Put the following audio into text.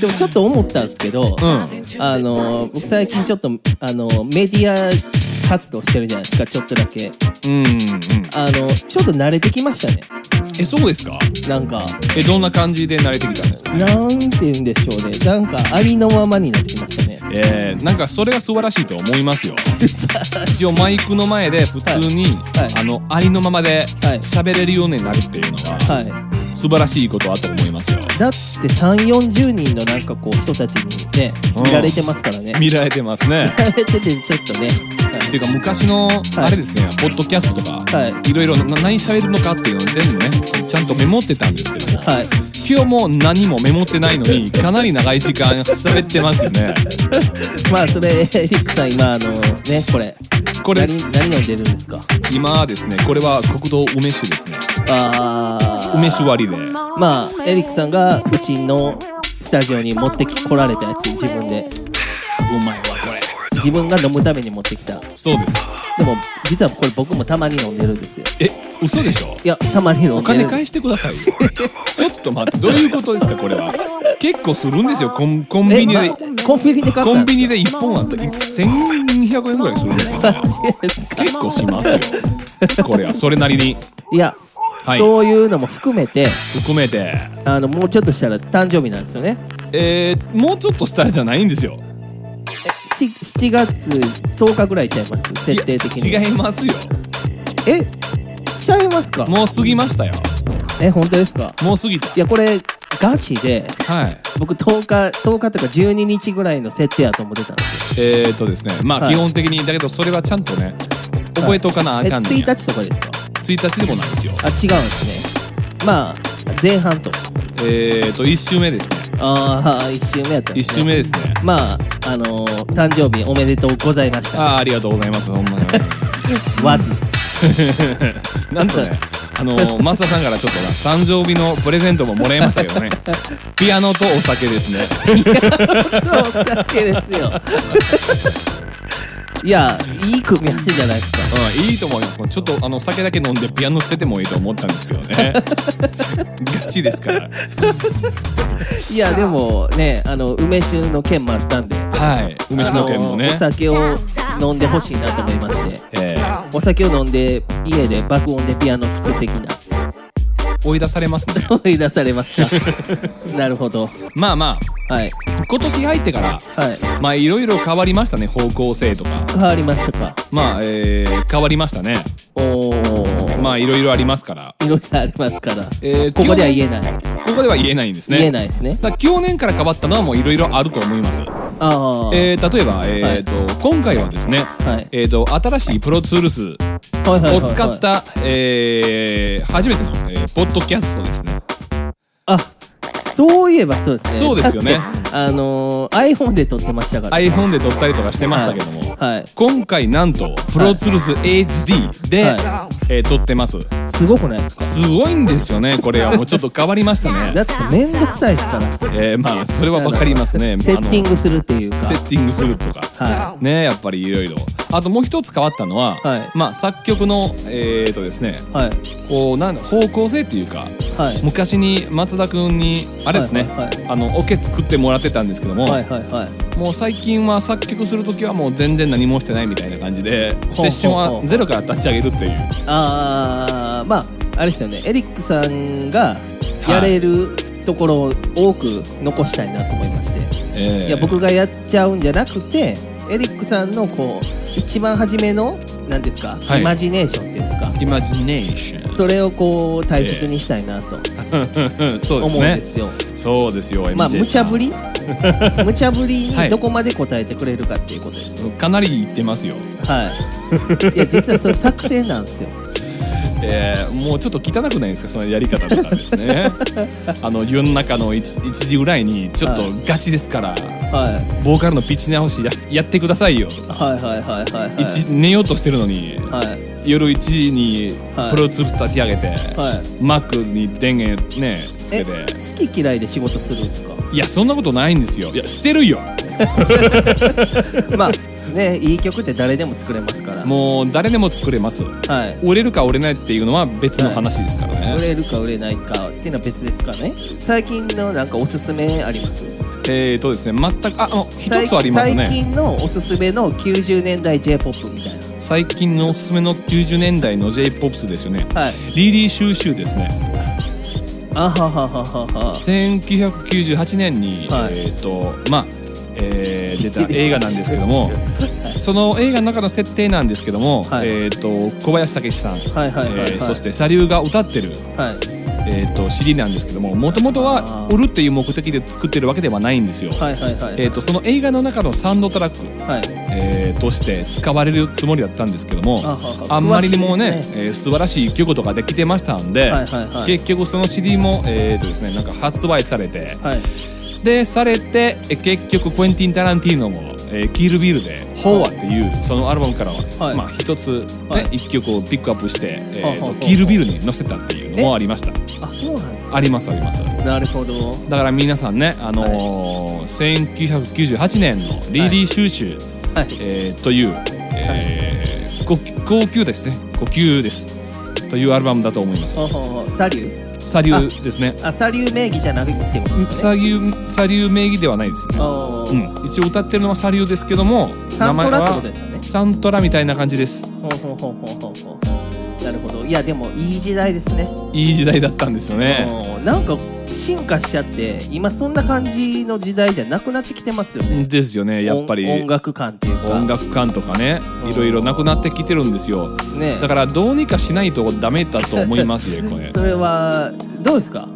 でもちょっと思ったんですけど、あの僕最近ちょっとあのメディア活動してるじゃないですかちょっとだけうんうんうんあのちょっと慣れてきましたねえそうですかなんかえどんな感じで慣れてきたんですかなんて言うんでしょうねなんかありのままになってきましたねえー、なんかそれが素晴らしいと思い ますよ一応マイクの前で普通に、はいはいあのありのままではい喋れるようになるっていうのは、はい素晴らしいことだと思いますよだって3 4 0人のなんかこう人たちにねうん見られてますからね見見られてますねられててちょっとねっていうか昔のあれですね、ポッドキャストとか、はいいろいろな何喋るのかっていうのを全部ねちゃんとメモってたんですけどもはい、はい、今日も何もメモってないの にかなり長い時間喋ってますよねまあそれエリックさん今あのねこれこれ何何飲んでるんですか今ですねこれは国道梅酒ですねああ梅酒割りでまあエリックさんがうちのスタジオに持ってきこられたやつ自分でうまいわこれ自分が飲むために持ってきたそうですでも実はこれ僕もたまに飲んでるんですよえ嘘でしょいやたまに飲おんで金る返してくださいよちょっと待ってどういうことですかこれは結構するんですよコンコンビニでえ、まコンビニで買ったコンビニで1本あったら1200円ぐらいするんですよマジですか結構しますよこれはそれなりに いや、はいそういうのも含めて含めてあのもうちょっとしたら誕生日なんですよねえー、もうちょっとしたらじゃないんですよし7月10日ぐらいちゃいます設定的にいや違いますよえちゃいますかもう過ぎましたよえ本当ですかもう過ぎたいやこれガチではい僕10日10日とか12日ぐらいの設定やと思ってたんですよえー、っとですねまあ、はい基本的にだけどそれはちゃんとね覚えとかなあえかんねん、 1日とかですか1日でもないですよあ違うんですねまあ前半とえー、っと1週目ですねああ1週目やったんで1す、ね、週目ですねまああのー誕生日おめでとうございましたああありがとうございますほんま にわず なんとねあのー、松田さんからちょっとな誕生日のプレゼントももらいましたけ どねピアノとお酒ですねお酒ですよいやいい組み合わせじゃないですかうん、いいと思います。ちょっとあの酒だけ飲んでピアノ捨ててもいいと思ったんですけどね。 ガチですから。いやでもねあの梅酒の件もあったんではい。梅酒の件もあねのーお。酒を飲んでほしいなと思いましてえー、お酒を飲んで家で爆音でピアノ弾く的な 追い出されますね。追い出されますか なるほどまあまはいあ今年入ってから。はいまあいろいろ変わりましたね方向性とか変わりましたかまあ、えー、変わりましたねおーまあいろいろありますからいろいろありますから、えーここでは言えない、ここでは言えないんですね言えないですねだから去年から変わったのはもういろいろあると思いますああ、えー、例えば、えーと今回はですね、はいえー、と新しいプロツールスはいはいはいをはい使った、えー初めての、えーポッドキャストですね。あそういえばそうですねそうですよねだってあのー、iPhone で撮ってましたから iPhone で撮ったりとかしてましたけども、はい、はい今回なんとプロツールス HD で、はえー撮ってます。すごくないですかすごいんですよね、これ はもうちょっと変わりましただね。ってめんどくさいですからえーまあそれはわかりますね。セッティンググするっていうかセッティングするとか。はねやっぱりいろいろあともう一つ変わったのは、はいまあ作曲のえっ、とですねいはいこうなん方向性っていうかはい昔に松田君にあれですね、はいはいあのオケ作ってもらってたんですけども、はいはいはいもう最近は作曲する時はもう全然何もしてないみたいな感じでほうセッションはゼロから立ち上げるっていうああまああれですよねエリックさんがやれるところを多く残したいなと思いまして、えーいや僕がやっちゃうんじゃなくてエリックさんのこう一番初めの何ですか、はいイマジネーションっていうんですかイマジネーシ ョンそれをこう大切にしたいなとそう思でうんすでねすよ。そうですよ MJ まあ無茶さんぶ り無茶ぶりはにいどこまで答えてくれるかっていうことです。かなり言ってますよ、はい。いや実はそれ作戦なんですよ。えーもうちょっと汚くないですかそのやり方とかです ねあの夜中の 1, 時ぐらいにちょっとはいガチですから、はいボーカルのピッチ直しややってくださいよ、はいはいはいはいはい。 一寝ようとしてるのに、はい夜1時にはいプロツール立ち上げて、はい。マックに電源ねつえけて好き嫌いで仕事するんですか。いやそんなことないんですよいやしてるよ まあねいい曲って誰でも作れますから。もう誰でも作れますはい。売れるか売れないっていうのは別の話ですからね、売れるか売れないかっていうのは別ですかね。最近のなんかおすすめあります。えーとですね全くあもう一最つありますね最近のおすすめの90年代 j p o p みたい最近のおすすめの90年代の j p o p ですよねなはいリリー・シューシューですねあははははは1998年に、はいえっ、とまあ、えー出た映画なんですけ どもその映画の中の設定なんですけども、はいえっ、と小林武史さん、はいはいはいはい、えーそしてサリューが歌ってる、はいえー、と CD なんですけどももともとはあー売るっていう目的で作ってるわけではないんですよ。はいはいはいえー、とその映画の中のサウンドトラック、はいえーとして使われるつもりだったんですけどもあははあんまりに詳もねしいですえー素晴らしい曲とかできてましたんで、はいはいはい結局その CD も、えーとですね、なんか発売されて、はいでされてえ結局クエンティン・タランティーノも「えーキール・ビール」で「ホーア」っていうそのアルバムからは、はいまあ、一つ、ねはい一曲をピックアップして「えーはあはあはとあキール・ビール」に載せたっていうのもありましたあそうなんですかありますありますなるほどだから皆さんね、あのー1998年の「リーディー・シューシュー」はいえーという、えー呼吸呼吸ですね呼吸ですというアルバムだと思いますほうほうほうサリューサリューですねあサリュー名義じゃなくてってことですサねリューサリュー名義ではないですねあーうん、一応歌ってるのはサリューですけどもサントラってこと名前ですよねはサントラみたいな感じですほうほうほうほうほうほうなるほどいやでもいい時代ですねいい時代だったんですよねうんなんか進化しちゃって今そんな感じの時代じゃなくなってきてますよねですよねやっぱり音音楽感っていうか音楽感とかねうんいろいろなくなってきてるんですよね だからどうにかしないとダメだと思いますよこれそれはどうですか